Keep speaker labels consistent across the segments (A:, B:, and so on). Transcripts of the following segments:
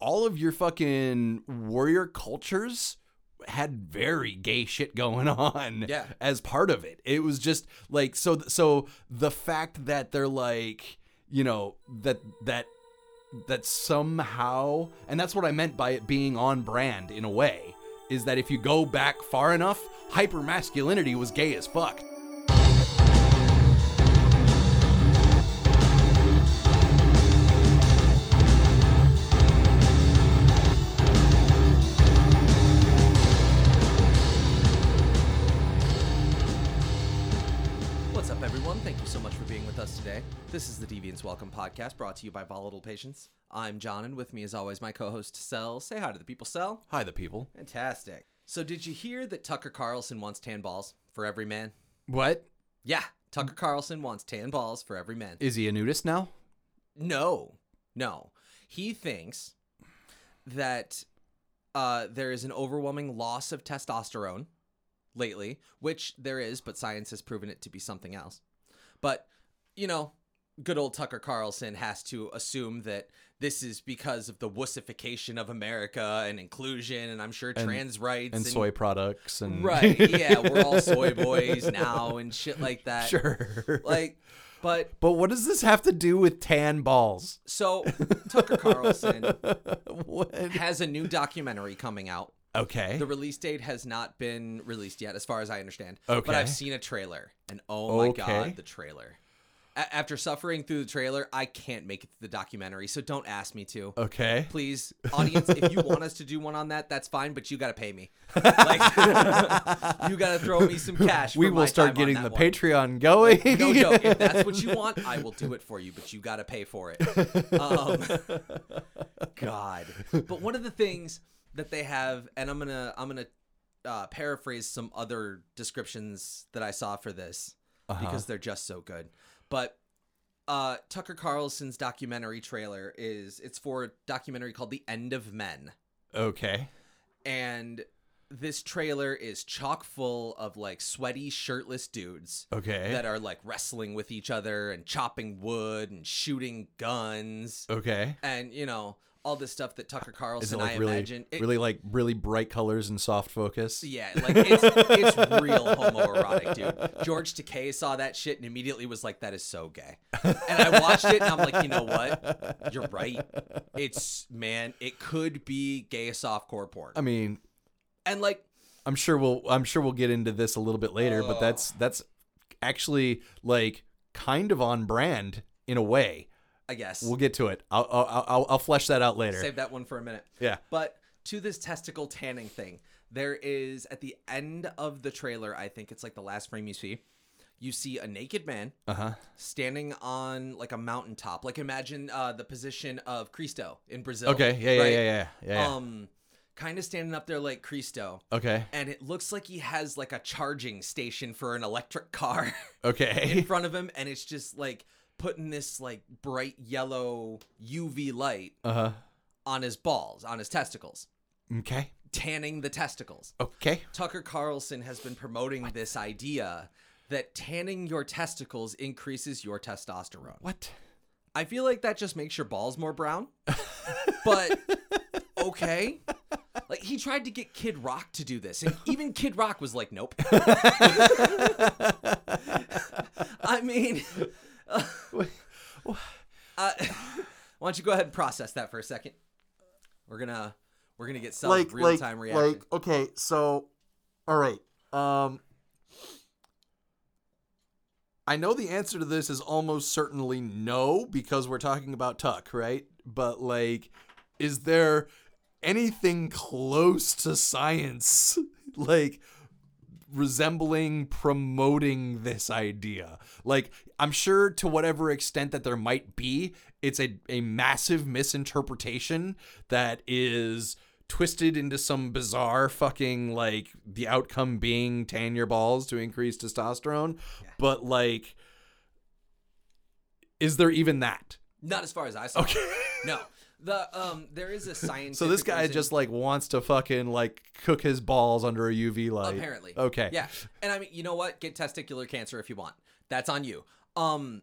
A: all of your fucking warrior cultures had very gay shit going on
B: Yeah.
A: as part of it. It was just like so so the fact that they're like, you know, that that that somehow and that's what I meant by it being on brand in a way is that if you go back far enough, hyper masculinity was gay as fuck.
B: What's up, everyone? Thank you so much for being with us today. This is the Deviants Welcome podcast brought to you by Volatile Patients. I'm John, and with me, as always, my co host, Sel. Say hi to the people, Sel.
A: Hi the people.
B: Fantastic. So, did you hear that Tucker Carlson wants tan balls for every man?
A: What?
B: Yeah, Tucker Carlson wants tan balls for every man.
A: Is he a nudist now?
B: No, no. He thinks that uh, there is an overwhelming loss of testosterone lately, which there is, but science has proven it to be something else. But, you know, good old Tucker Carlson has to assume that this is because of the wussification of America and inclusion, and I'm sure trans rights
A: And soy products and
B: Right, yeah, we're all soy boys now and shit like that.
A: Sure.
B: Like, but
A: But what does this have to do with tan balls?
B: so Tucker Carlson
A: what?
B: has a new documentary coming out.
A: Okay.
B: The release date has not been released yet, as far as I understand. But
A: Okay.
B: I've seen a trailer, and oh my
A: Okay.
B: god, the trailer! A- after suffering through the trailer, I can't make it to the documentary, so don't ask me to.
A: okay.
B: Please, audience, if you want us to do one on that, that's fine, but you gotta pay me. Like, you gotta throw me some cash.
A: We
B: for
A: will
B: my
A: start
B: time on
A: getting
B: that
A: the
B: one.
A: Patreon going.
B: No joke. If that's what you want, I will do it for you, but you got to pay for it. Um, God. But one of the things that they have, and I'm gonna I'm gonna uh, paraphrase some other descriptions that I saw for this
A: Uh-huh.
B: because they're just so good. But uh, Tucker Carlson's documentary trailer is it's for a documentary called The End of Men
A: okay.
B: and this trailer is chock full of like sweaty shirtless dudes
A: Okay.
B: that are like wrestling with each other and chopping wood and shooting guns
A: Okay.
B: and you know all this stuff that Tucker Carlson
A: Is it like
B: I
A: really,
B: imagine it-
A: really like really bright colors and soft focus?
B: yeah like it's it's real homoerotic dude George Takei saw that shit and immediately was like that is so gay and I watched it and I'm like you know what you're right it's man it could be gay softcore porn
A: I mean,
B: and like
A: I'm sure we'll I'm sure we'll get into this a little bit later, but that's that's actually like kind of on brand in a way.
B: I guess
A: We'll get to it. I'll I'll I'll, I'll flesh that out later.
B: Save that one for a minute.
A: Yeah.
B: But to this testicle tanning thing, there is at the end of the trailer, I think it's like the last frame you see, you see a naked man
A: Uh-huh.
B: standing on like a mountaintop. Like imagine uh, the position of Cristo in Brazil.
A: Okay. Yeah, yeah,
B: Oh, right?
A: yeah, yeah. Yeah. yeah.
B: Um, kind of standing up there like Cristo.
A: okay.
B: And it looks like he has like a charging station for an electric car in
A: Okay.
B: front of him, and it's just like putting this like bright yellow UV light
A: Uh-huh.
B: on his balls, on his testicles,
A: Okay.
B: tanning the testicles.
A: Okay.
B: Tucker Carlson has been promoting this idea that tanning your testicles increases your testosterone.
A: What?
B: I feel like that just makes your balls more brown. but okay. Like he tried to get Kid Rock to do this and even Kid Rock was like nope. I mean uh, why don't you go ahead and process that for a second? We're gonna we're gonna get some real time reaction.
A: okay, so all right. Um I know the answer to this is almost certainly no because we're talking about Tuck, right? But like is there anything close to science like resembling promoting this idea. Like, I'm sure to whatever extent that there might be, it's a, a massive misinterpretation that is twisted into some bizarre fucking like the outcome being tan your balls to increase testosterone. But like, is there even that?
B: Not as far as I saw. Okay. No. The um there is a science.
A: So this guy just like wants to fucking like cook his balls under a UV light.
B: apparently.
A: Okay.
B: Yeah. And I mean, you know what? Get testicular cancer if you want. That's on you. Um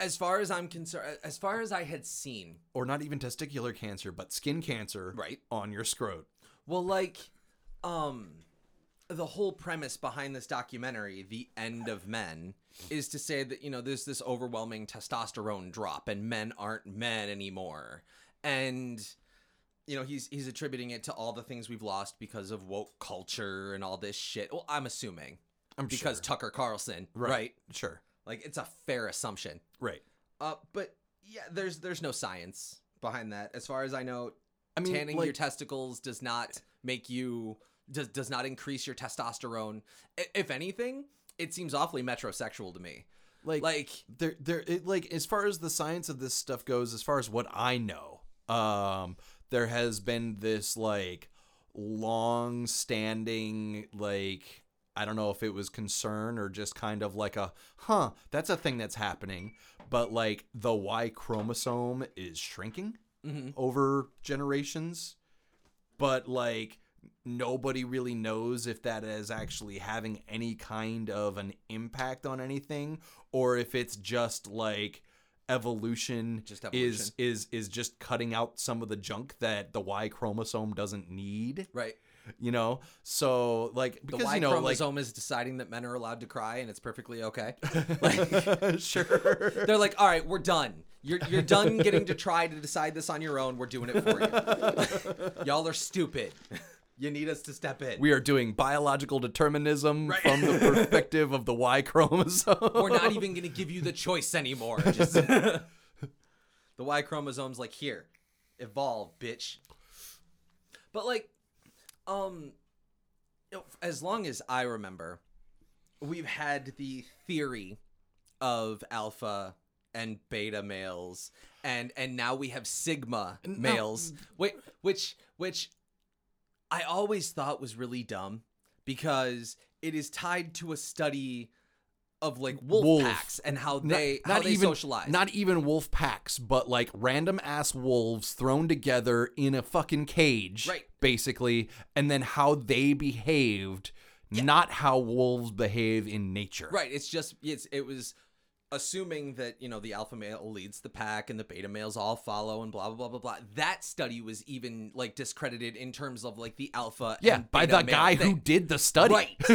B: as far as I'm concerned, as far as I had seen,
A: or not even testicular cancer, but skin cancer
B: Right.
A: on your scrot.
B: well, like, um, the whole premise behind this documentary, The End of Men, is to say that, you know, there's this overwhelming testosterone drop and men aren't men anymore. And you know, he's he's attributing it to all the things we've lost because of woke culture and all this shit. Well, I'm assuming
A: I'm
B: because
A: sure.
B: Tucker Carlson,
A: Right.
B: right?
A: Sure.
B: Like it's a fair assumption.
A: Right.
B: Uh, but yeah, there's there's no science behind that. As far as I know,
A: I mean,
B: tanning
A: like,
B: your testicles does not make you does does not increase your testosterone. I- If anything, it seems awfully metrosexual to me.
A: like,
B: Like,
A: there, there, it, like, as far as the science of this stuff goes, as far as what I know, um, there has been this like long-standing, like, I don't know if it was concern or just kind of like a, huh, that's a thing that's happening, but like the Y chromosome is shrinking
B: Mm-hmm.
A: over generations. but like nobody really knows if that is actually having any kind of an impact on anything or if it's just like evolution,
B: Just
A: is
B: evolution.
A: is is just cutting out some of the junk that the Y chromosome doesn't need,
B: right?
A: you know? So like
B: The
A: because
B: Y
A: you know like
B: chromosome is deciding that men are allowed to cry, and it's perfectly okay. Like,
A: sure.
B: they're like, all right, we're done. You're you're done getting to try to decide this on your own. We're doing it for you. Y'all are stupid. You need us to step in.
A: We are doing biological determinism from the perspective of the Y chromosome.
B: we're not even going to give you the choice anymore. Just the Y chromosome's like here, evolve, bitch. But like, um, you know, as long as I remember, we've had the theory of alpha and beta males, and and now we have sigma males. Wait, which which I always thought was really dumb because it is tied to a study of like wolf,
A: Wolf.
B: packs and how they how they socialize.
A: Not even wolf packs, but like random ass wolves thrown together in a fucking cage,
B: Right.
A: Basically, and then how they behaved, not how wolves behave in nature,
B: right. It's just it's it was assuming that you know the alpha male leads the pack and the beta males all follow and blah blah blah blah blah. That study was even like discredited in terms of like the alpha.
A: Yeah,
B: and
A: by
B: beta
A: the
B: male
A: guy who
B: thing.
A: did the study.
B: Right.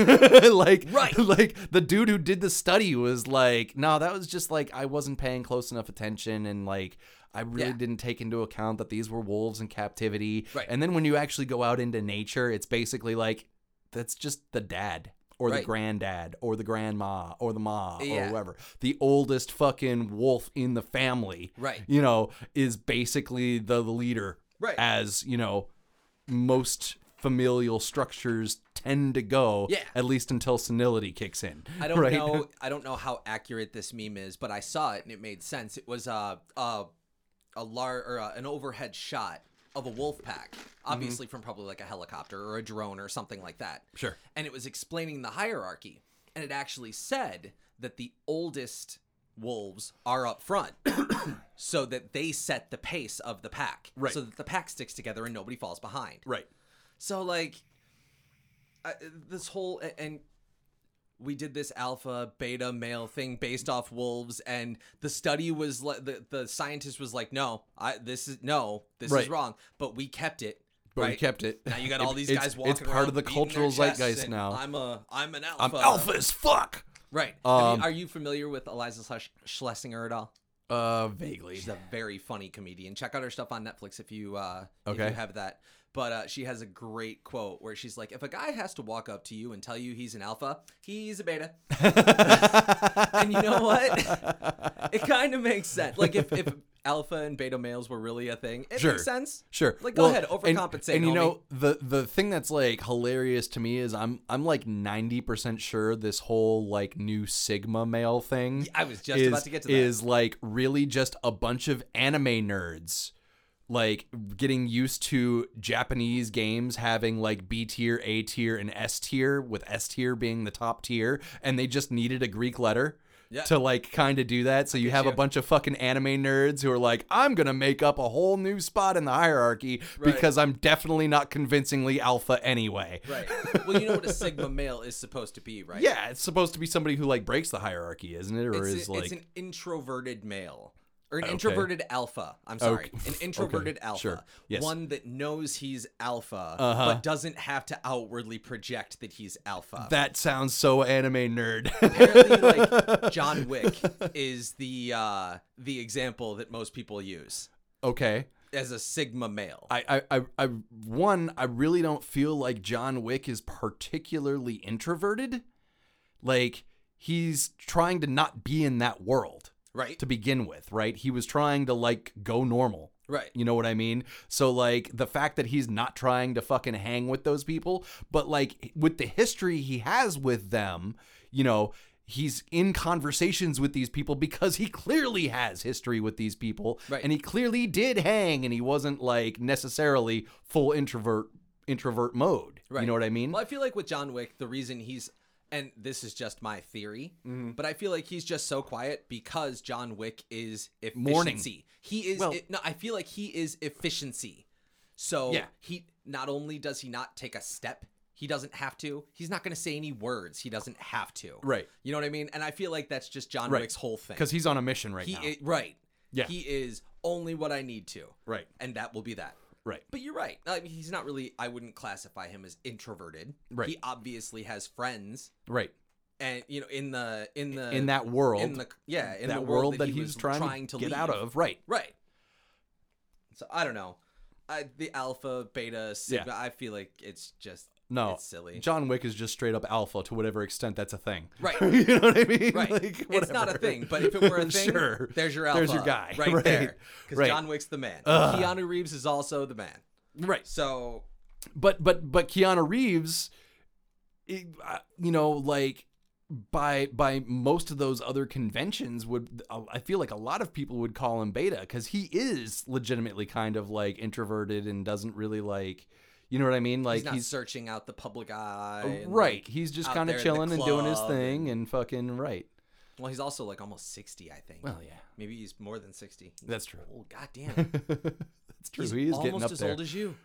A: like
B: Right.
A: like the dude who did the study was like, "No, that was just like I wasn't paying close enough attention and like I really
B: Yeah.
A: didn't take into account that these were wolves in captivity."
B: Right.
A: And then when you actually go out into nature, it's basically like that's just the dad or the
B: Right.
A: granddad or the grandma or the ma or
B: Yeah.
A: whoever. The oldest fucking wolf in the family,
B: Right.
A: you know, is basically the leader
B: Right.
A: as you know most familial structures tend to go
B: Yeah.
A: at least until senility kicks in
B: I don't
A: right?
B: know. I don't know how accurate this meme is, but I saw it and it made sense. It was a a a lar- or uh an overhead shot of a wolf pack,
A: Mm-hmm.
B: obviously from probably like a helicopter or a drone or something like that.
A: Sure.
B: And it was explaining the hierarchy, and it actually said that the oldest wolves are up front, so that they set the pace of the pack,
A: Right.
B: so that the pack sticks together and nobody falls behind.
A: right
B: So like, I, this whole a- and we did this alpha beta male thing based off wolves, and the study was like the the scientist was like, no, I this is no, this
A: Right.
B: is wrong, but we kept it.
A: but
B: right?
A: we kept it
B: Now you got all these
A: it's,
B: guys walking.
A: it's part
B: around
A: of the
B: beating their
A: cultural
B: chests
A: zeitgeist
B: and
A: now
B: I'm a I'm an alpha.
A: i'm alpha as fuck
B: Right. Have you-
A: Um,
B: are you familiar with Eliza Schles- Schlesinger at all?
A: uh vaguely
B: She's a very funny comedian. Check out her stuff on Netflix if you uh, if
A: Okay.
B: you have that. But uh, she has a great quote where she's like, "If a guy has to walk up to you and tell you he's an alpha, he's a beta." and you know what? it kind of makes sense. Like if, if alpha and beta males were really a thing, it
A: Sure.
B: makes sense.
A: Sure.
B: Like go
A: Well,
B: ahead,
A: and-
B: overcompensate.
A: And, you
B: homie.
A: know the the thing that's like hilarious to me is I'm I'm like ninety percent sure this whole like new Sigma male thing.
B: I was just
A: is,
B: about to get to that.
A: Is like really just a bunch of anime nerds. Like getting used to Japanese games having like B tier, A tier, and S tier, with S tier being the top tier, and they just needed a Greek letter.
B: Yeah.
A: to like kind of do that. So you have a
B: you.
A: bunch of fucking anime nerds who are like, I'm gonna make up a whole new spot in the hierarchy
B: Right.
A: because I'm definitely not convincingly alpha anyway.
B: Right. Well, you know what a sigma male is supposed to be, right?
A: Yeah, it's supposed to be somebody who like breaks the hierarchy, isn't it? Or
B: It's, a-
A: is like
B: it's an introverted male or an introverted alpha. I'm sorry,
A: Okay.
B: an introverted alpha,
A: Sure. Yes.
B: one that knows he's alpha
A: Uh-huh.
B: but doesn't have to outwardly project that he's alpha.
A: that sounds so anime nerd.
B: Apparently, like John Wick is the uh, the example that most people use
A: okay.
B: as a sigma male.
A: I, I, I, I, one, I really don't feel like John Wick is particularly introverted. Like, he's trying to not be in that world
B: right.
A: to begin with, right? He was trying to, like, go normal.
B: Right.
A: You know what I mean? So, like, the fact that he's not trying to fucking hang with those people, but, like, with the history he has with them, you know, he's in conversations with these people because he clearly has history with these people.
B: Right.
A: And he clearly did hang and he wasn't, like, necessarily full introvert introvert mode.
B: Right.
A: You know what I mean?
B: Well, I feel like with John Wick, the reason he's and this is just my theory,
A: Mm-hmm.
B: but I feel like he's just so quiet because John Wick is
A: Mourning.
B: efficiency. He is
A: Well-
B: it- no, I feel like he is efficiency. So
A: Yeah.
B: he not only does he not take a step, he doesn't have to. He's not going to say any words. He doesn't have to.
A: Right.
B: You know what I mean? And I feel like that's just John
A: Right.
B: Wick's whole thing.
A: Because he's on a mission right
B: he
A: now.
B: i- right.
A: Yeah.
B: He is only what I need to.
A: Right.
B: And that will be that.
A: right.
B: But you're right. I mean, he's not really. I wouldn't classify him as introverted.
A: Right.
B: He obviously has friends,
A: Right.
B: and you know, in the in the
A: In that world.
B: Uh, in the yeah in
A: that
B: the
A: world that,
B: he
A: he's
B: was
A: trying, to get out
B: leave.
A: of. Right.
B: Right. So I don't know. I, the alpha, beta, sigma. I feel like it's just
A: No,
B: it's silly.
A: Oh. John Wick is just straight up alpha to whatever extent that's a thing.
B: Right.
A: you know what I mean?
B: Right.
A: Like,
B: it's not a
A: whatever.
B: thing, but if it were a thing,
A: sure.
B: there's your alpha.
A: There's your guy.
B: Right,
A: Right.
B: there. Because
A: Right.
B: John Wick's the man. Keanu Reeves is also the man.
A: Right.
B: So
A: But but but Keanu Reeves, it- uh, you know, like by by most of those other conventions would I feel like a lot of people would call him beta cuz he is legitimately kind of like introverted and doesn't really like you know what I mean? Like
B: he's not searching out the public eye. and,
A: right,
B: like,
A: he's just
B: out
A: kind
B: there
A: of
B: in the
A: chilling and doing his
B: club
A: thing and fucking right.
B: Well, he's also like almost 60, I think.
A: Well, yeah.
B: Maybe he's more than 60.
A: That's true.
B: Oh, goddamn.
A: That's true.
B: He's
A: he is
B: almost
A: getting up
B: as
A: there.
B: old as you.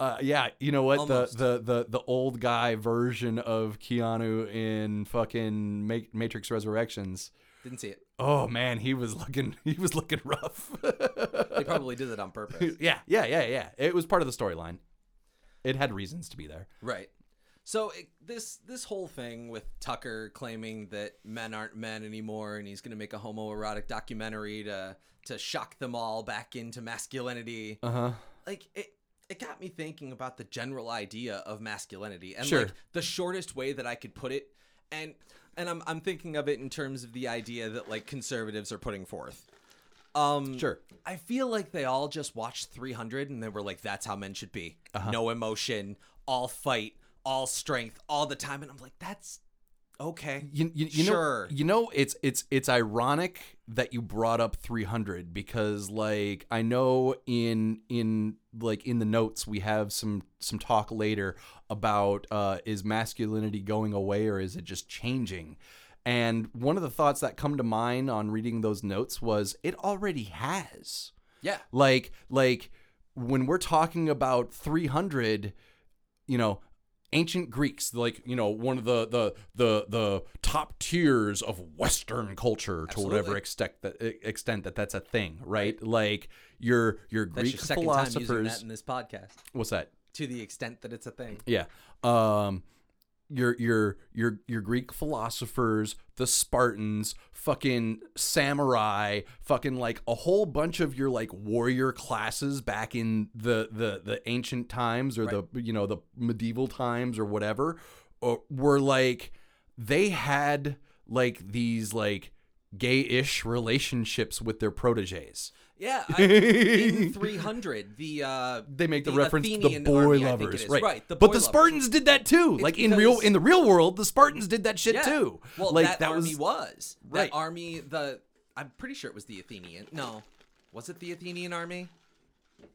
A: Uh, yeah, you know what the,
B: Almost.
A: the the the old guy version of Keanu in fucking Ma- Matrix Resurrections.
B: Didn't see it.
A: Oh man, he was looking he was looking rough.
B: They probably did that on purpose.
A: yeah, yeah, yeah, yeah. It was part of the storyline. It had reasons to be there.
B: Right. So it, this this whole thing with Tucker claiming that men aren't men anymore and he's going to make a homoerotic documentary to to shock them all back into masculinity.
A: Uh huh.
B: like it it got me thinking about the general idea of masculinity and
A: Sure.
B: like the shortest way that I could put it and and I'm I'm thinking of it in terms of the idea that like conservatives are putting forth. Um
A: Sure.
B: I feel like they all just watched 300 and they were like that's how men should be.
A: Uh-huh.
B: No emotion, all fight, all strength all the time and I'm like that's okay.
A: You, you, you
B: Sure.
A: know you know it's it's it's ironic that you brought up 300 because like I know in in like in the notes we have some some talk later about uh is masculinity going away or is it just changing and one of the thoughts that come to mind on reading those notes was it already has
B: Yeah.
A: like like when we're talking about 300 you know ancient greeks like you know one of the the the the top tiers of western culture
B: Absolutely.
A: to whatever extent that e, extent that that's a thing right like your your
B: That's
A: greek
B: your second time
A: philosophers
B: using that in this podcast
A: what's that
B: to the extent that it's a thing.
A: yeah. Um your your your your Greek philosophers, the Spartans, fucking samurai, fucking like a whole bunch of your like warrior classes back in the the the ancient times or the you know the medieval times or whatever or, were like they had like these like gay-ish relationships with their proteges.
B: Yeah, I, in 300, the uh,
A: they make the, reference to the
B: Athenian
A: boy
B: army, I think it
A: lovers,
B: is.
A: right?
B: right the
A: but
B: boy
A: the
B: lovers.
A: Spartans did that too. like in real
B: because-
A: in the real world, the Spartans did that shit
B: Yeah.
A: too.
B: Well,
A: like
B: that, army was
A: Right.
B: That army, the I'm pretty sure it was the Athenian. No, was it the Athenian army?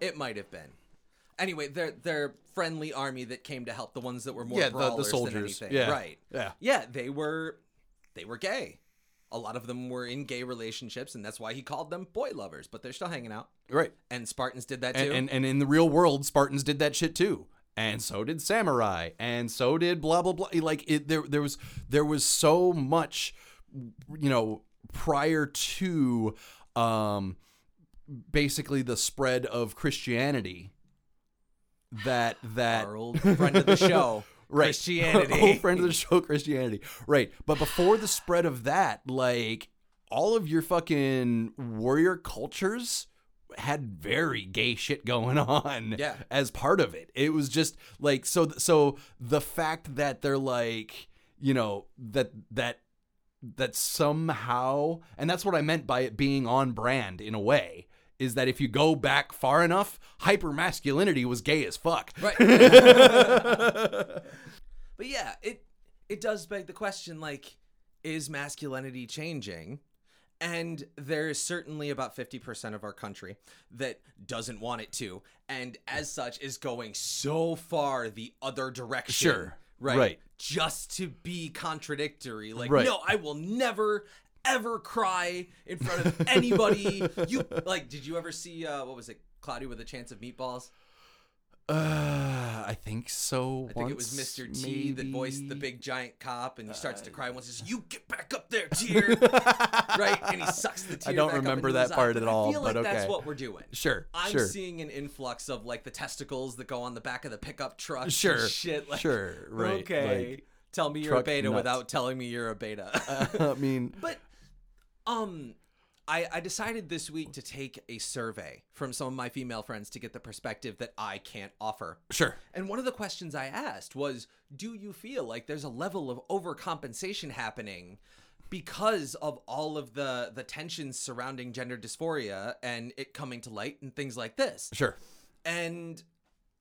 B: It might have been. Anyway, their their friendly army that came to help the ones that were more
A: Yeah, the- the
B: brawlers than
A: soldiers.
B: anything.
A: Yeah.
B: Right.
A: Yeah.
B: Yeah, they were they were gay. a lot of them were in gay relationships, and that's why he called them boy lovers. But they're still hanging out,
A: Right.
B: and Spartans did that too.
A: And, and and in the real world, Spartans did that shit too. And so did samurai, and so did blah blah blah. Like it, there, there was there was so much, you know, prior to, um, basically the spread of Christianity. That that
B: Our old friend of the show,
A: right.
B: Christianity.
A: Old friend of the show, Christianity. Right. But before the spread of that, like all of your fucking warrior cultures had very gay shit going on
B: Yeah.
A: as part of it. It was just like so so the fact that they're like, you know, that that that somehow and that's what I meant by it being on brand in a way is that if you go back far enough, hyper masculinity was gay as fuck.
B: Right. but yeah, it it does beg the question like is masculinity changing? And there is certainly about 50% of our country that doesn't want it to and as such is going so far the other direction.
A: Sure.
B: Right.
A: Right.
B: Just to be contradictory. Like
A: Right.
B: no, I will never ever cry in front of anybody. you like did you ever see uh what was it? Cloudy with a chance of meatballs?
A: Uh, I think so.
B: I think it was Mr. T that voiced the big giant cop, and he starts to cry once.
A: Uh.
B: He says, "You get back up there, tear!" right, and he sucks the tear.
A: don't
B: back up
A: remember
B: into
A: that
B: his eye.
A: part at
B: But I
A: all,
B: feel
A: but
B: like that's
A: okay.
B: what we're doing.
A: Sure,
B: I'm
A: sure.
B: seeing an influx of like the testicles that go on the back of the pickup truck. and
A: Sure,
B: shit. Like,
A: sure, right,
B: Okay,
A: like,
B: tell me you're a
A: truck
B: beta
A: nuts. Uh.
B: without telling me you're a beta.
A: I mean,
B: But um I, I decided this week to take a survey from some of my female friends to get the perspective that I can't offer.
A: Sure.
B: And one of the questions I asked was Do you feel like there's a level of overcompensation happening because of all of the, the tensions surrounding gender dysphoria and it coming to light and things like this?
A: sure,
B: And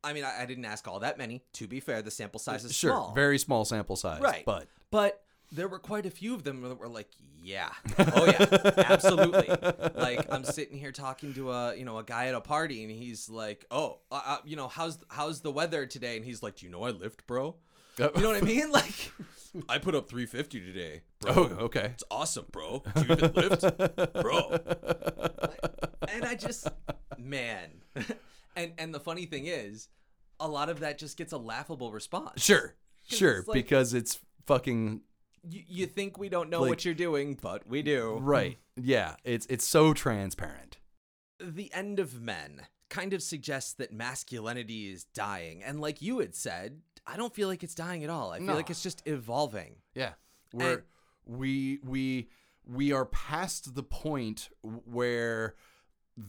B: I mean, I, I didn't ask all that many. To be fair, the sample size is
A: sure.
B: small.
A: Very small sample size,
B: Right.
A: But
B: But there were quite a few of them that were like, yeah, oh yeah, absolutely. like I'm sitting here talking to a you know a guy at a party, and he's like, oh, uh, uh, you know how's how's the weather today? And he's like, do you know I lift, bro?
A: Uh,
B: You know what I mean? Like, I put up 350 today, bro.
A: oh, okay.
B: It's awesome, bro. Do you even lift, bro? And I just, man, and and the funny thing is, a lot of that just gets a laughable response.
A: Sure, sure.
B: it's like-
A: because it's fucking
B: you, you think we don't know
A: Like-
B: what you're doing, but we do.
A: right. Yeah, it's it's so transparent.
B: The end of men kind of suggests that masculinity is dying. And like you had said, I don't feel like it's dying at all. I feel
A: No.
B: like it's just evolving.
A: Yeah, we're we we we are past the point where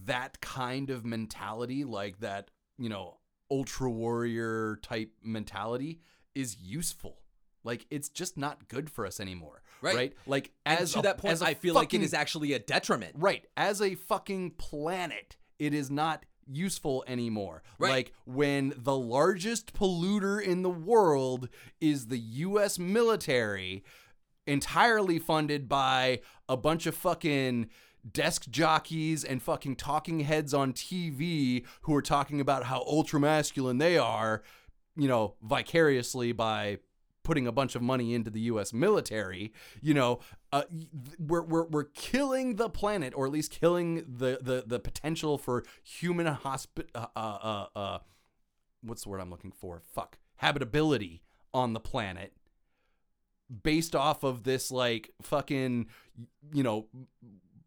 A: that kind of mentality, like that, you know, ultra warrior type mentality, is useful. Like it's just not good for us anymore,
B: Right.
A: right? Like
B: And
A: as
B: to
A: a-
B: that point,
A: as a
B: I feel like it
A: fucking-
B: is actually a detriment.
A: Right. As a fucking planet, it is not useful anymore.
B: Right.
A: Like when the largest polluter in the world is the US military, entirely funded by a bunch of fucking desk jockeys and fucking talking heads on TV who are talking about how ultra masculine they are, you know, vicariously by putting a bunch of money into the U.S. military. You know, uh, y- th- we're, we're we're killing the planet, or at least killing the the the potential for human hospi- uh, uh, uh, uh, what's the word I'm looking for? Fuck habitability on the planet based off of this like fucking you know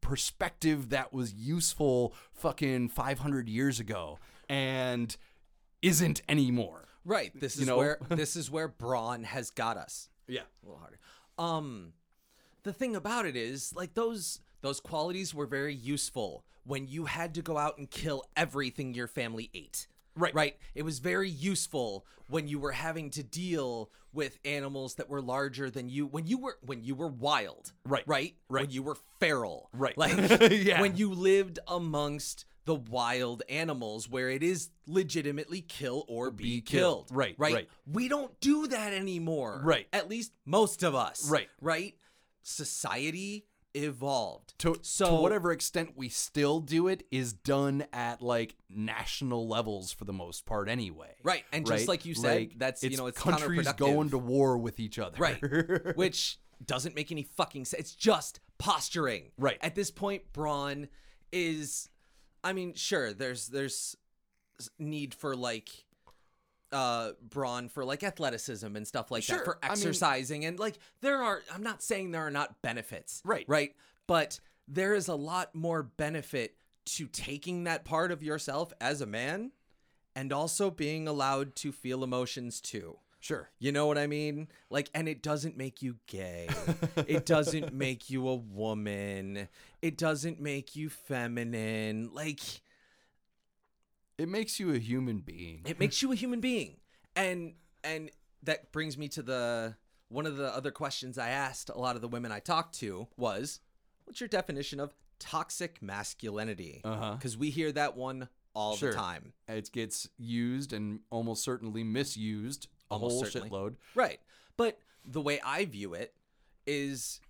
A: perspective that was useful fucking 500 years ago and isn't anymore
B: Right. This is
A: know?
B: where this is where brawn has got us.
A: yeah
B: a little harder. Um, the thing about it is, like those those qualities were very useful when you had to go out and kill everything your family ate.
A: Right.
B: Right. It was very useful when you were having to deal with animals that were larger than you. When you were when you were wild.
A: Right.
B: Right.
A: Right.
B: When you were feral.
A: Right.
B: Like
A: Yeah.
B: when you lived amongst the wild animals where it is legitimately kill or be,
A: killed.
B: killed.
A: Right,
B: Right.
A: right.
B: We don't do that anymore.
A: Right.
B: At least most of us.
A: Right.
B: Right? Society evolved.
A: to,
B: so
A: to whatever extent we still do it is done at like national levels for the most part anyway
B: Right, and just like you said, that's, you know, it's
A: countries
B: counterproductive.
A: going to war with each other
B: Right. Which doesn't make any fucking sense. It's just posturing.
A: Right.
B: At this point, Braun is I mean, sure, there's there's need for like uh Braun for like athleticism and stuff like
A: Sure,
B: that for
A: I mean-
B: exercising and like there are I'm not saying there are not benefits.
A: Right.
B: Right? But there is a lot more benefit to taking that part of yourself as a man and also being allowed to feel emotions too.
A: Sure.
B: You know what I mean? Like, and it doesn't make you gay. it doesn't make you a woman. It doesn't make you feminine. Like,
A: It makes you a human being.
B: it makes you a human being. And and that brings me to the one of the other questions I asked a lot of the women I talked to was, what's your definition of toxic masculinity?
A: Uh-huh.
B: Because we hear that one all
A: Sure.
B: the time.
A: It gets used and almost certainly misused a
B: Almost
A: whole
B: certainly.
A: shitload.
B: Right. But the way I view it is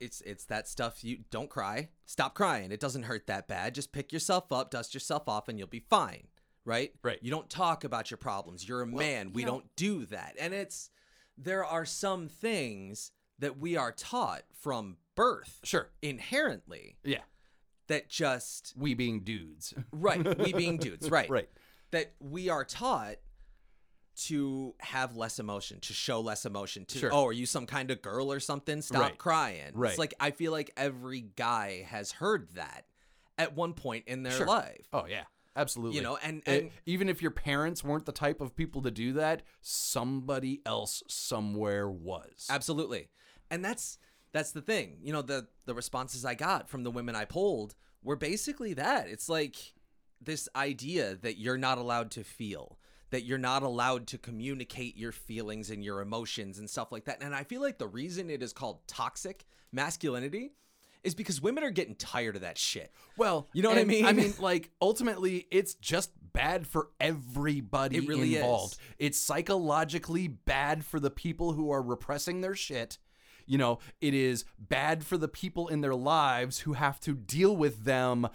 B: it's it's that stuff you don't cry. Stop crying. It doesn't hurt that bad. Just pick yourself up, dust yourself off and you'll be fine. Right?
A: Right.
B: You don't talk about your problems. You're a man. We
A: yeah.
B: don't do that. And it's there are some things that we are taught from birth
A: Sure.
B: inherently
A: Yeah.
B: that just
A: We being dudes.
B: right, we being dudes, right
A: Right.
B: that we are taught to have less emotion, to show less emotion, to
A: Sure.
B: oh, are you some kind of girl or something? Stop
A: Right.
B: crying.
A: Right.
B: It's like I feel like every guy has heard that at one point in their
A: Sure.
B: life.
A: Oh yeah. Absolutely.
B: You know, and
A: It-
B: and
A: even if your parents weren't the type of people to do that, somebody else somewhere was.
B: Absolutely. And that's that's the thing. You know, the the responses I got from the women I polled were basically that. It's like this idea that you're not allowed to feel, that you're not allowed to communicate your feelings and your emotions and stuff like that. And I feel like the reason it is called toxic masculinity is because women are getting tired of that shit.
A: well,
B: You know what I
A: and
B: mean?
A: I mean, like ultimately, it's just bad for everybody
B: It really
A: involved.
B: is.
A: It's psychologically bad for the people who are repressing their shit. You know, it is bad for the people in their lives who have to deal with them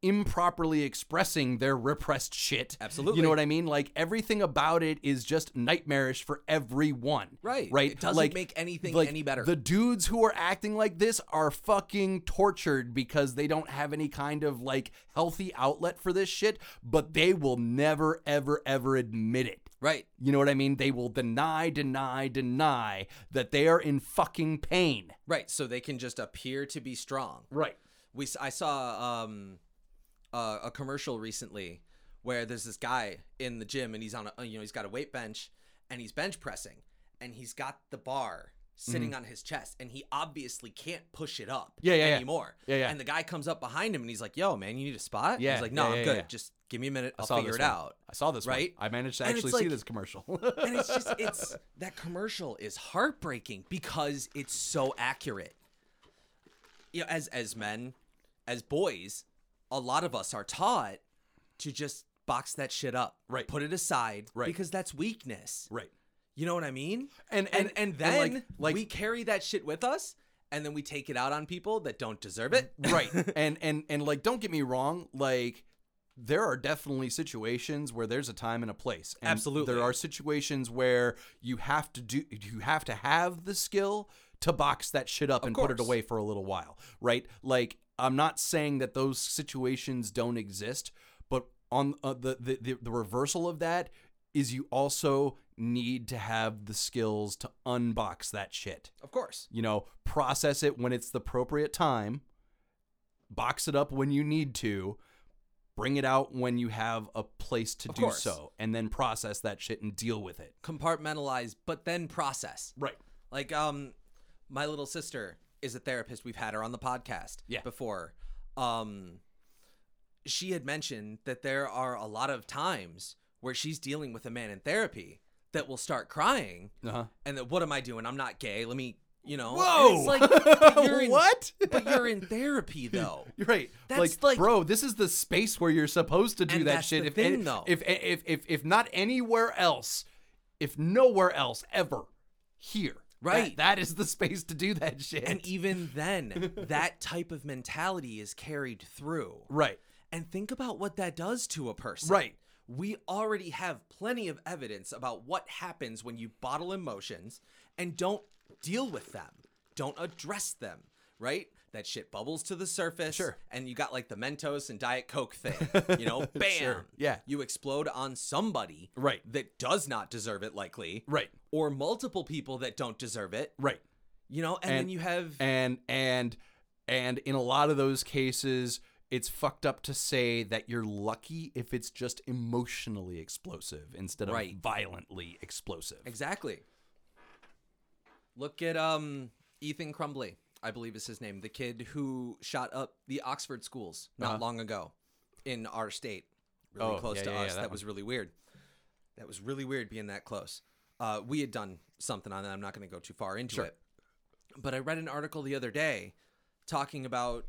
A: improperly expressing their repressed shit. You
B: Absolutely.
A: know what I mean? Like everything about it is just nightmarish for everyone.
B: Right.
A: Right.
B: It doesn't
A: like,
B: make anything
A: like,
B: any better.
A: The dudes who are acting like this are fucking tortured because they don't have any kind of like healthy outlet for this shit, but they will never, ever, ever admit it.
B: right.
A: You know what I mean? They will deny, deny, deny that they are in fucking pain.
B: Right. So they can just appear to be strong.
A: Right.
B: we s- I saw um uh, a commercial recently where there's this guy in the gym and he's on a uh, you know he's got a weight bench and he's bench pressing and he's got the bar sitting on his chest and he obviously can't push it up
A: Mm-hmm. Yeah, yeah, yeah.
B: anymore
A: Yeah, yeah.
B: and the guy comes up behind him and he's like yo man you need a spot
A: Yeah,
B: he's like no
A: yeah,
B: I'm
A: yeah,
B: good
A: yeah.
B: just give me a minute I'll
A: saw
B: figure
A: this
B: it
A: one.
B: out
A: I saw this one.
B: Right?
A: I managed to
B: And it's
A: actually see
B: like-
A: this commercial.
B: and it's just it's that commercial is heartbreaking because it's so accurate you know as as men as boys a lot of us are taught to just box that shit up
A: Right.
B: put it aside
A: Right.
B: because that's weakness
A: right.
B: you know what i mean
A: And-
B: and
A: and-
B: and,
A: and,
B: then
A: like- like-
B: we carry that shit with us and then we take it out on people that don't deserve it
A: right and and and like don't get me wrong like there are definitely situations where there's a time and a place and
B: Absolutely.
A: there are situations where you have to do you have to have the skill to box that shit up and put it
B: course.
A: away for a little while right like i'm not saying that those situations don't exist but on uh, the, the the the reversal of that is you also need to have the skills to unbox that shit
B: of course
A: you know, process it when it's the appropriate time, box it up when you need to, bring it out when you have a place to
B: Of
A: do
B: course.
A: so, and then process that shit and deal with it.
B: compartmentalize but then process
A: Right.
B: Like, um, my little sister is a therapist. We've had her on the podcast
A: Yeah.
B: before. Um, she had mentioned that there are a lot of times where she's dealing with a man in therapy that will start crying,
A: Uh-huh.
B: and that what am I doing? I'm not gay. Let me, you know. And
A: Whoa!
B: It's like, but you're in,
A: what?
B: But you're in therapy though.
A: You're right.
B: That's
A: like,
B: like-
A: bro, this is the space where you're supposed to do
B: And
A: that
B: that's
A: shit.
B: the
A: if,
B: thing,
A: if,
B: though.
A: if eh, if if if not anywhere else, if nowhere else ever, here. That-
B: Right.
A: that is the space to do that shit.
B: And e even then, that type of mentality is carried through.
A: right.
B: And think about what that does to a person.
A: Right.
B: We already have plenty of evidence about what happens when you bottle emotions and don't deal with them. don't address them, right? That shit bubbles to the surface.
A: Sure.
B: And you got like the Mentos and Diet Coke thing, you know? Bam.
A: Sure, yeah.
B: You explode on somebody
A: Right.
B: that does not deserve it, likely.
A: Right.
B: Or multiple people that don't deserve it,
A: Right.
B: you know? And, then
A: And-
B: you have.
A: and and and in a lot of those cases it's fucked up to say that you're lucky if it's just emotionally explosive instead of
B: Right.
A: violently explosive
B: exactly. Look at um Ethan Crumbly, I believe is his name, the kid who shot up the Oxford schools not long ago in our state, really
A: Uh-huh. Oh,
B: close
A: yeah,
B: to
A: yeah, yeah,
B: us.
A: that
B: that was really weird. That was really weird being that close. Uh, we had done something on that. I'm not going to go too far into it. But I read an article the other day talking about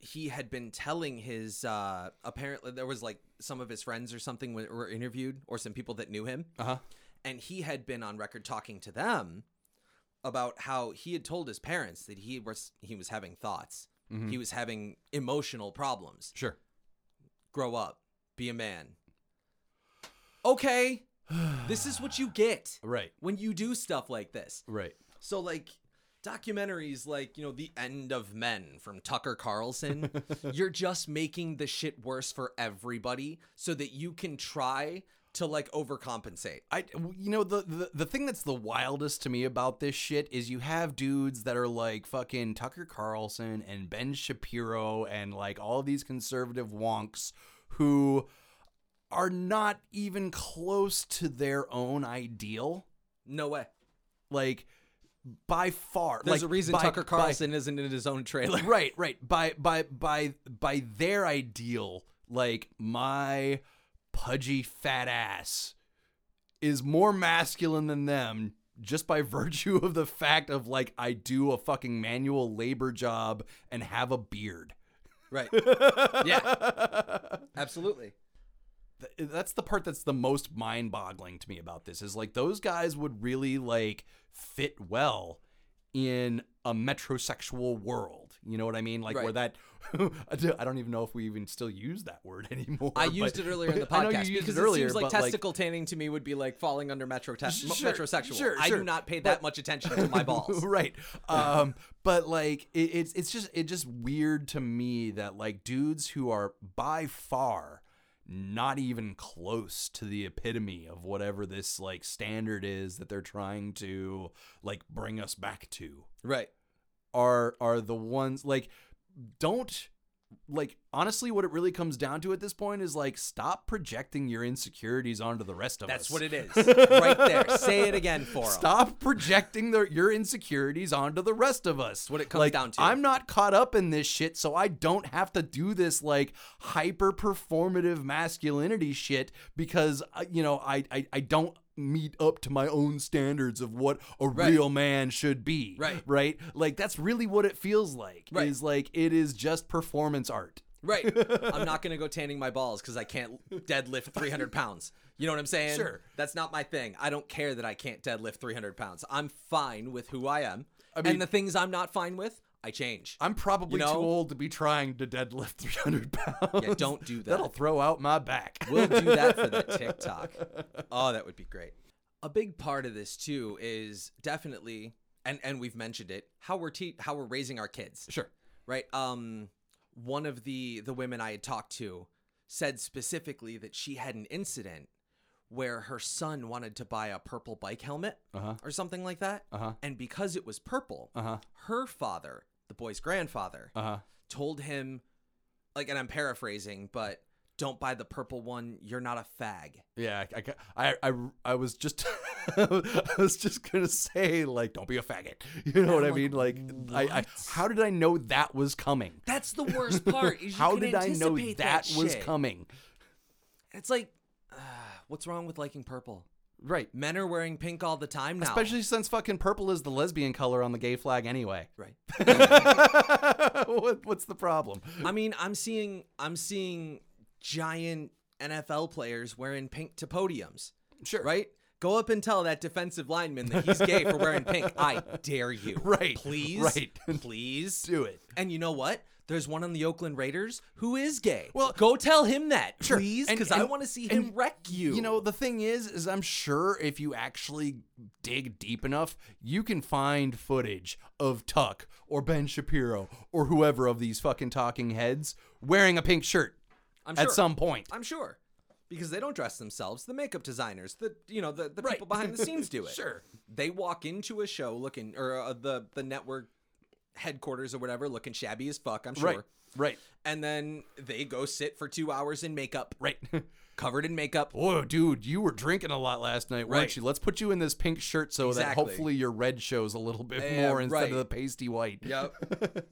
B: he had been telling his uh apparently there was like some of his friends or something were- were interviewed or some people that knew him
A: uh-huh
B: and he had been on record talking to them about how he had told his parents that he was he was having thoughts he was having emotional problems
A: sure
B: grow up be a man okay this is what you get
A: right
B: when you do stuff like this
A: right
B: so like documentaries like, you know, The End of Men from Tucker Carlson, you're just making the shit worse for everybody so that you can try to like overcompensate.
A: I, you know, the, the the thing that's the wildest to me about this shit is you have dudes that are like fucking Tucker Carlson and Ben Shapiro and like all these conservative wonks who are not even close to their own ideal.
B: No way.
A: Like by far,
B: There's
A: like,
B: a reason
A: by-
B: Tucker
A: by-
B: Carlson isn't in his own trailer.
A: right right by by by by their ideal like my pudgy fat ass is more masculine than them just by virtue of the fact of like i do a fucking manual labor job and have a beard
B: Right. yeah. Absolutely.
A: Th- that's the part that's the most mind-boggling to me about this is like those guys would really like fit well in a metrosexual world you know what i mean like where
B: Right.
A: that I do- i don't even know if we even still use that word anymore
B: I
A: but-
B: used it earlier in the podcast
A: I know you used
B: because
A: it earlier
B: it seems like
A: but like-
B: testicle tanning to me would be like falling under metro te- m-
A: Sure,
B: metrosexual.
A: sure,
B: I do
A: sure.
B: not pay that much attention to my balls.
A: right um but like it, it's it's just it's just weird to me that like dudes who are by far not even close to the epitome of whatever this like standard is that they're trying to like bring us back to
B: Right.
A: are are the ones like don't like honestly what it really comes down to at this point is like stop projecting your insecurities onto the rest of us
B: That's what it is. right there. Say it again for 'em.
A: Stop projecting their, your insecurities onto the rest of us.
B: what it comes
A: Like,
B: down to.
A: I'm not caught up in this shit, so I don't have to do this like hyper performative masculinity shit because uh, you know I, I I don't meet up to my own standards of what a
B: Right.
A: real man should be.
B: Right.
A: Right. Like that's really what it feels like.
B: Right.
A: Is like it is just performance art.
B: Right. I'm not going to go tanning my balls because I can't deadlift 300 pounds. You know what I'm saying?
A: Sure.
B: That's not my thing. I don't care that I can't deadlift 300 pounds. I'm fine with who I am.
A: mean-
B: and the things I'm not fine with, I change.
A: I'm probably
B: You know?
A: too old to be trying to deadlift 300 pounds.
B: yeah, don't do that.
A: That'll throw out my back.
B: We'll do that for the TikTok. Oh, that would be great. A big part of this too is definitely, and and we've mentioned it, how we're te- how we're raising our kids.
A: sure.
B: right um one of the the women i had talked to said specifically that she had an incident where her son wanted to buy a purple bike helmet
A: Uh-huh.
B: or something like that
A: Uh huh.
B: and because it was purple
A: Uh huh.
B: her father the boy's grandfather
A: Uh huh.
B: told him like and i'm paraphrasing but don't buy the purple one you're not a fag
A: Yeah, I, ca- I, I, I was just, I was just gonna say like, don't be a faggot. You know what I
B: I'm
A: mean? Like, I, I, how did I know that was coming?
B: that's the worst part is you
A: How
B: can
A: did I know
B: anticipate
A: that, was
B: shit.
A: coming?
B: it's like uh, what's wrong with liking purple
A: Right.
B: men are wearing pink all the time now
A: Especially since fucking purple is the lesbian color on the gay flag anyway.
B: right
A: what, what's the problem?
B: I mean, I'm seeing I'm seeing giant NFL players wearing pink to podiums,
A: Sure.
B: right? Go up and tell that defensive lineman that he's gay for wearing pink. I dare you.
A: Right,
B: Please.
A: right.
B: Please.
A: Do it.
B: And you know what? There's one on the Oakland Raiders who is gay.
A: Well-
B: go tell him that,
A: Sure.
B: please,
A: And-
B: because I
A: and-
B: want to see
A: and,
B: him wreck you.
A: You know, the thing is, is I'm sure if you actually dig deep enough, you can find footage of Tuck or Ben Shapiro or whoever of these fucking talking heads wearing a pink shirt
B: I'm
A: at some point.
B: I'm sure. Because they don't dress themselves, the makeup designers, the you know the, the people behind the scenes do it.
A: Sure.
B: they walk into a show looking, or uh, the the network headquarters or whatever, looking shabby as fuck. I'm sure.
A: Right. Right.
B: And then they go sit for two hours in makeup,
A: Right.
B: covered in makeup.
A: Whoa, dude, you were drinking a lot last night, weren't
B: Right.
A: you? Let's put you in this pink shirt so that
B: Exactly.
A: hopefully your red shows a little bit
B: Yeah,
A: more instead
B: right.
A: of the pasty white
B: Yep.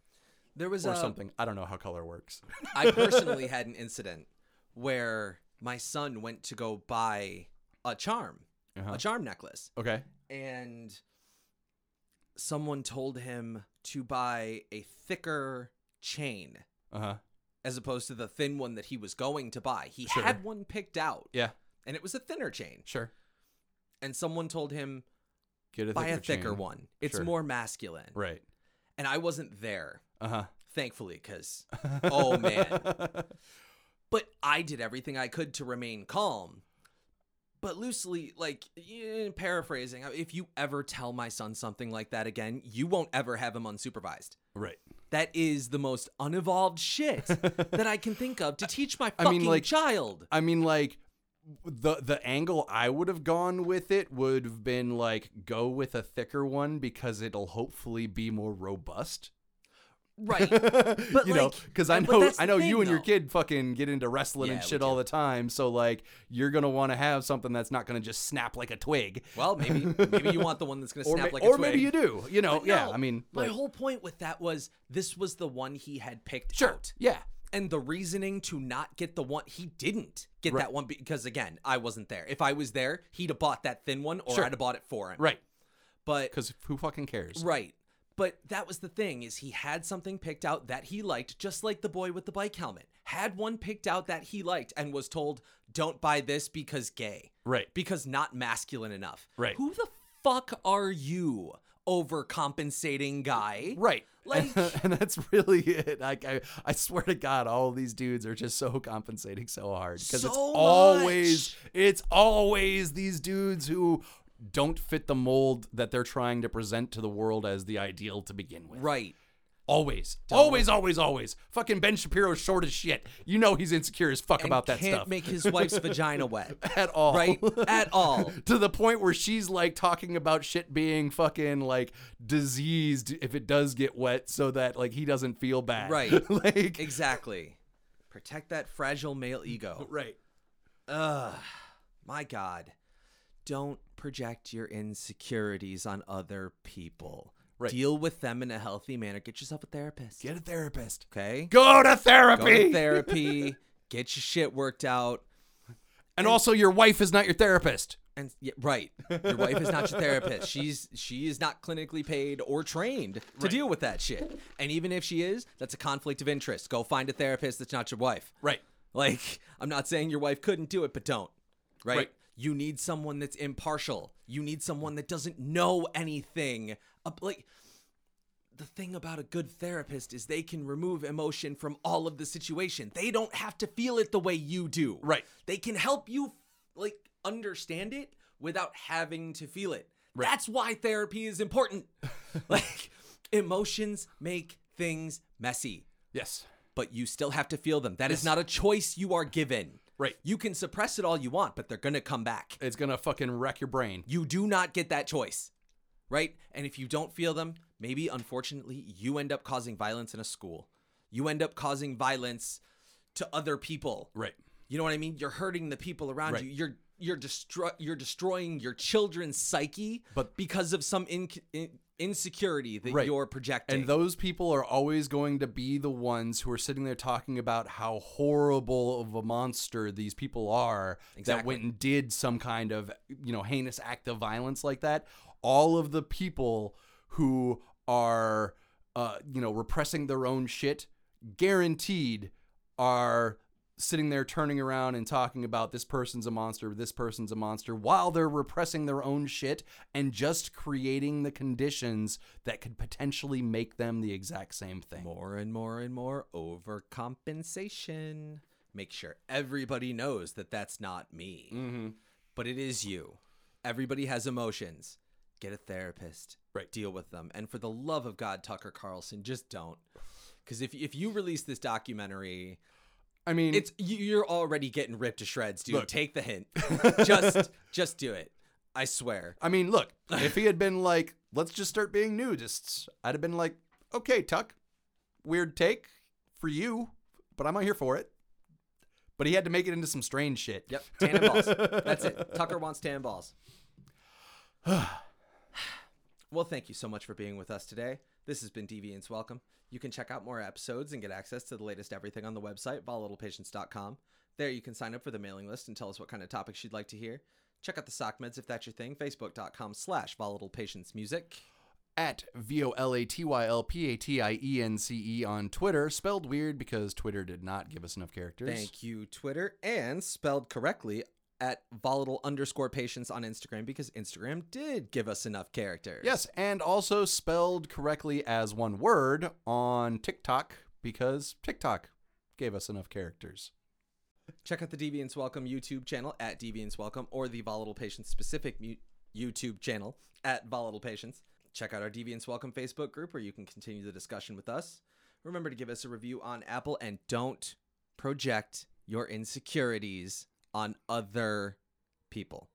B: there was uh,
A: or
B: a-
A: something. I don't know how color works.
B: I personally had an incident where my son went to go buy a charm,
A: Uh-huh.
B: a charm necklace,
A: Okay.
B: and someone told him to buy a thicker chain
A: Uh huh.
B: as opposed to the thin one that he was going to buy. He
A: Sure.
B: had one picked out,
A: Yeah.
B: and it was a thinner chain.
A: Sure.
B: And someone told him
A: Get a
B: buy
A: thicker
B: a thicker
A: chain.
B: one. It's
A: Sure.
B: more masculine.
A: Right.
B: And I wasn't there,
A: Uh huh.
B: thankfully, because oh man. But I did everything I could to remain calm. But loosely, like eh, paraphrasing, if you ever tell my son something like that again, you won't ever have him unsupervised.
A: Right.
B: That is the most unevolved shit that I can think of to teach my fucking
A: mean, like-
B: child.
A: I mean, like the the angle I would have gone with it would have been like go with a thicker one because it'll hopefully be more robust.
B: Right.
A: you know,
B: like-
A: because I
B: but
A: know
B: that's the
A: I know you
B: thing,
A: and your
B: though.
A: kid fucking get into wrestling and
B: Yeah, we
A: shit all the time. So like, you're gonna want to have something that's not gonna just snap like a twig.
B: Well, maybe maybe you want the one that's gonna
A: or
B: snap
A: ma-
B: like a
A: or
B: twig.
A: maybe you do. You know,
B: But
A: yeah.
B: no,
A: I mean,
B: my
A: like,
B: whole point with that was this was the one he had picked
A: sure,
B: out,
A: yeah,
B: and the reasoning to not get the one he didn't get
A: Right.
B: that one because again, I wasn't there. If I was there, he'd have bought that thin one, or
A: Sure.
B: I'd have bought it for him.
A: right.
B: But
A: Because who fucking cares?
B: right, but that was the thing is he had something picked out that he liked, just like the boy with the bike helmet had one picked out that he liked and was told, "Don't buy this because gay."
A: Right.
B: because not masculine enough.
A: Right.
B: Who the fuck are you, overcompensating guy?
A: Right.
B: Like-
A: and, that's really it. Like I, I swear to God, all these dudes are just so compensating so hard because it's
B: So
A: always it's always these dudes who don't fit the mold that they're trying to present to the world as the ideal to begin with.
B: Right.
A: Always, always, always, always. Fucking Ben Shapiro's short as shit. You know he's insecure as fuck about that
B: can't
A: stuff
B: make his wife's vagina wet.
A: at all.
B: Right? At all.
A: to the point where she's like talking about shit being fucking like diseased if it does get wet so that like he doesn't feel bad.
B: Right.
A: like
B: Exactly. Protect that fragile male ego.
A: right.
B: Ugh. My God. Don't project your insecurities on other people.
A: Right.
B: Deal with them in a healthy manner. Get yourself a therapist.
A: Get a therapist.
B: okay.
A: Go to therapy.
B: Go to therapy. get your shit worked out.
A: and also your wife is not your therapist.
B: And yeah, right, your wife is not your therapist. She's she is not clinically paid or trained to deal with that shit. And even if she is, that's a conflict of interest. Go find a therapist that's not your wife.
A: Right.
B: Like I'm not saying your wife couldn't do it, but don't. Right.
A: Right.
B: You need someone that's impartial. You need someone that doesn't know anything. Ab- Like the thing about a good therapist is they can remove emotion from all of the situation. They don't have to feel it the way you do.
A: Right.
B: They can help you like understand it without having to feel it. That's why therapy is important. like emotions make things messy,
A: Yes.
B: but you still have to feel them. That is not a choice you are given.
A: Right.
B: You can suppress it all you want, but they're going to come back.
A: It's gonna fucking wreck your brain.
B: You do not get that choice, right? And if you don't feel them, maybe unfortunately you end up causing violence in a school. You end up causing violence to other people.
A: Right.
B: You know what I mean? You're hurting the people around
A: Right.
B: you. You're you're destro- you're destroying your children's psyche,
A: But-
B: because of some in- in- insecurity that
A: Right.
B: you're projecting.
A: And those people are always going to be the ones who are sitting there talking about how horrible of a monster these people are that
B: Exactly.
A: went and did some kind of, you know, heinous act of violence like that. All of the people who are, uh, you know, repressing their own shit, guaranteed are sitting there turning around and talking about this person's a monster, this person's a monster, while they're repressing their own shit and just creating the conditions that could potentially make them the exact same thing.
B: More and more and more overcompensation. Make sure everybody knows that that's not me,
A: Mm-hmm.
B: but it is you. Everybody has emotions. Get a therapist.
A: Right.
B: Deal with them. And for the love of God, Tucker Carlson, just don't. Because if, if you release this documentary,
A: I mean,
B: it's you- you're already getting ripped to shreds, dude.
A: Look.
B: Take the hint. just just do it. I swear.
A: I mean, look, if he had been like, let's just start being nudists, I'd have been like, okay, Tuck, weird take for you, but I'm out here for it. But he had to make it into some strange shit.
B: Yep. Tannenballs. That's it. Tucker wants tannenballs. well, thank you so much for being with us today. This has been Deviants Welcome. You can check out more episodes and get access to the latest everything on the website, volatilepatients.com. There you can sign up for the mailing list and tell us what kind of topics you'd like to hear. Check out the sock meds if that's your thing, facebook.com slash volatile patients music.
A: At V O L A T Y L P A T I E N C E on Twitter, spelled weird because Twitter did not give us enough characters.
B: Thank you, Twitter, and spelled correctly at volatile underscore patients on Instagram because Instagram did give us enough characters.
A: Yes, and also spelled correctly as one word on TikTok because TikTok gave us enough characters.
B: Check out the Deviants Welcome YouTube channel at Deviants Welcome or the Volatile Patients specific mu- YouTube channel at Volatile Patients. Check out our Deviants Welcome Facebook group where you can continue the discussion with us. Remember to give us a review on Apple and don't project your insecurities on other people.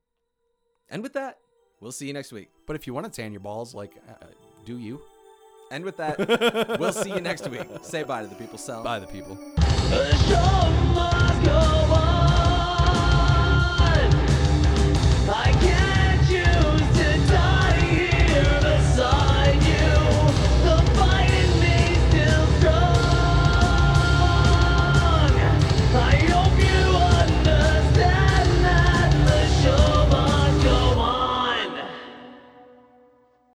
B: And with that, we'll see you next week.
A: But if you want to tan your balls, like, uh, do you?
B: And with that, we'll see you next week. Say bye to the people, Sal.
A: Bye, the people.
C: Adore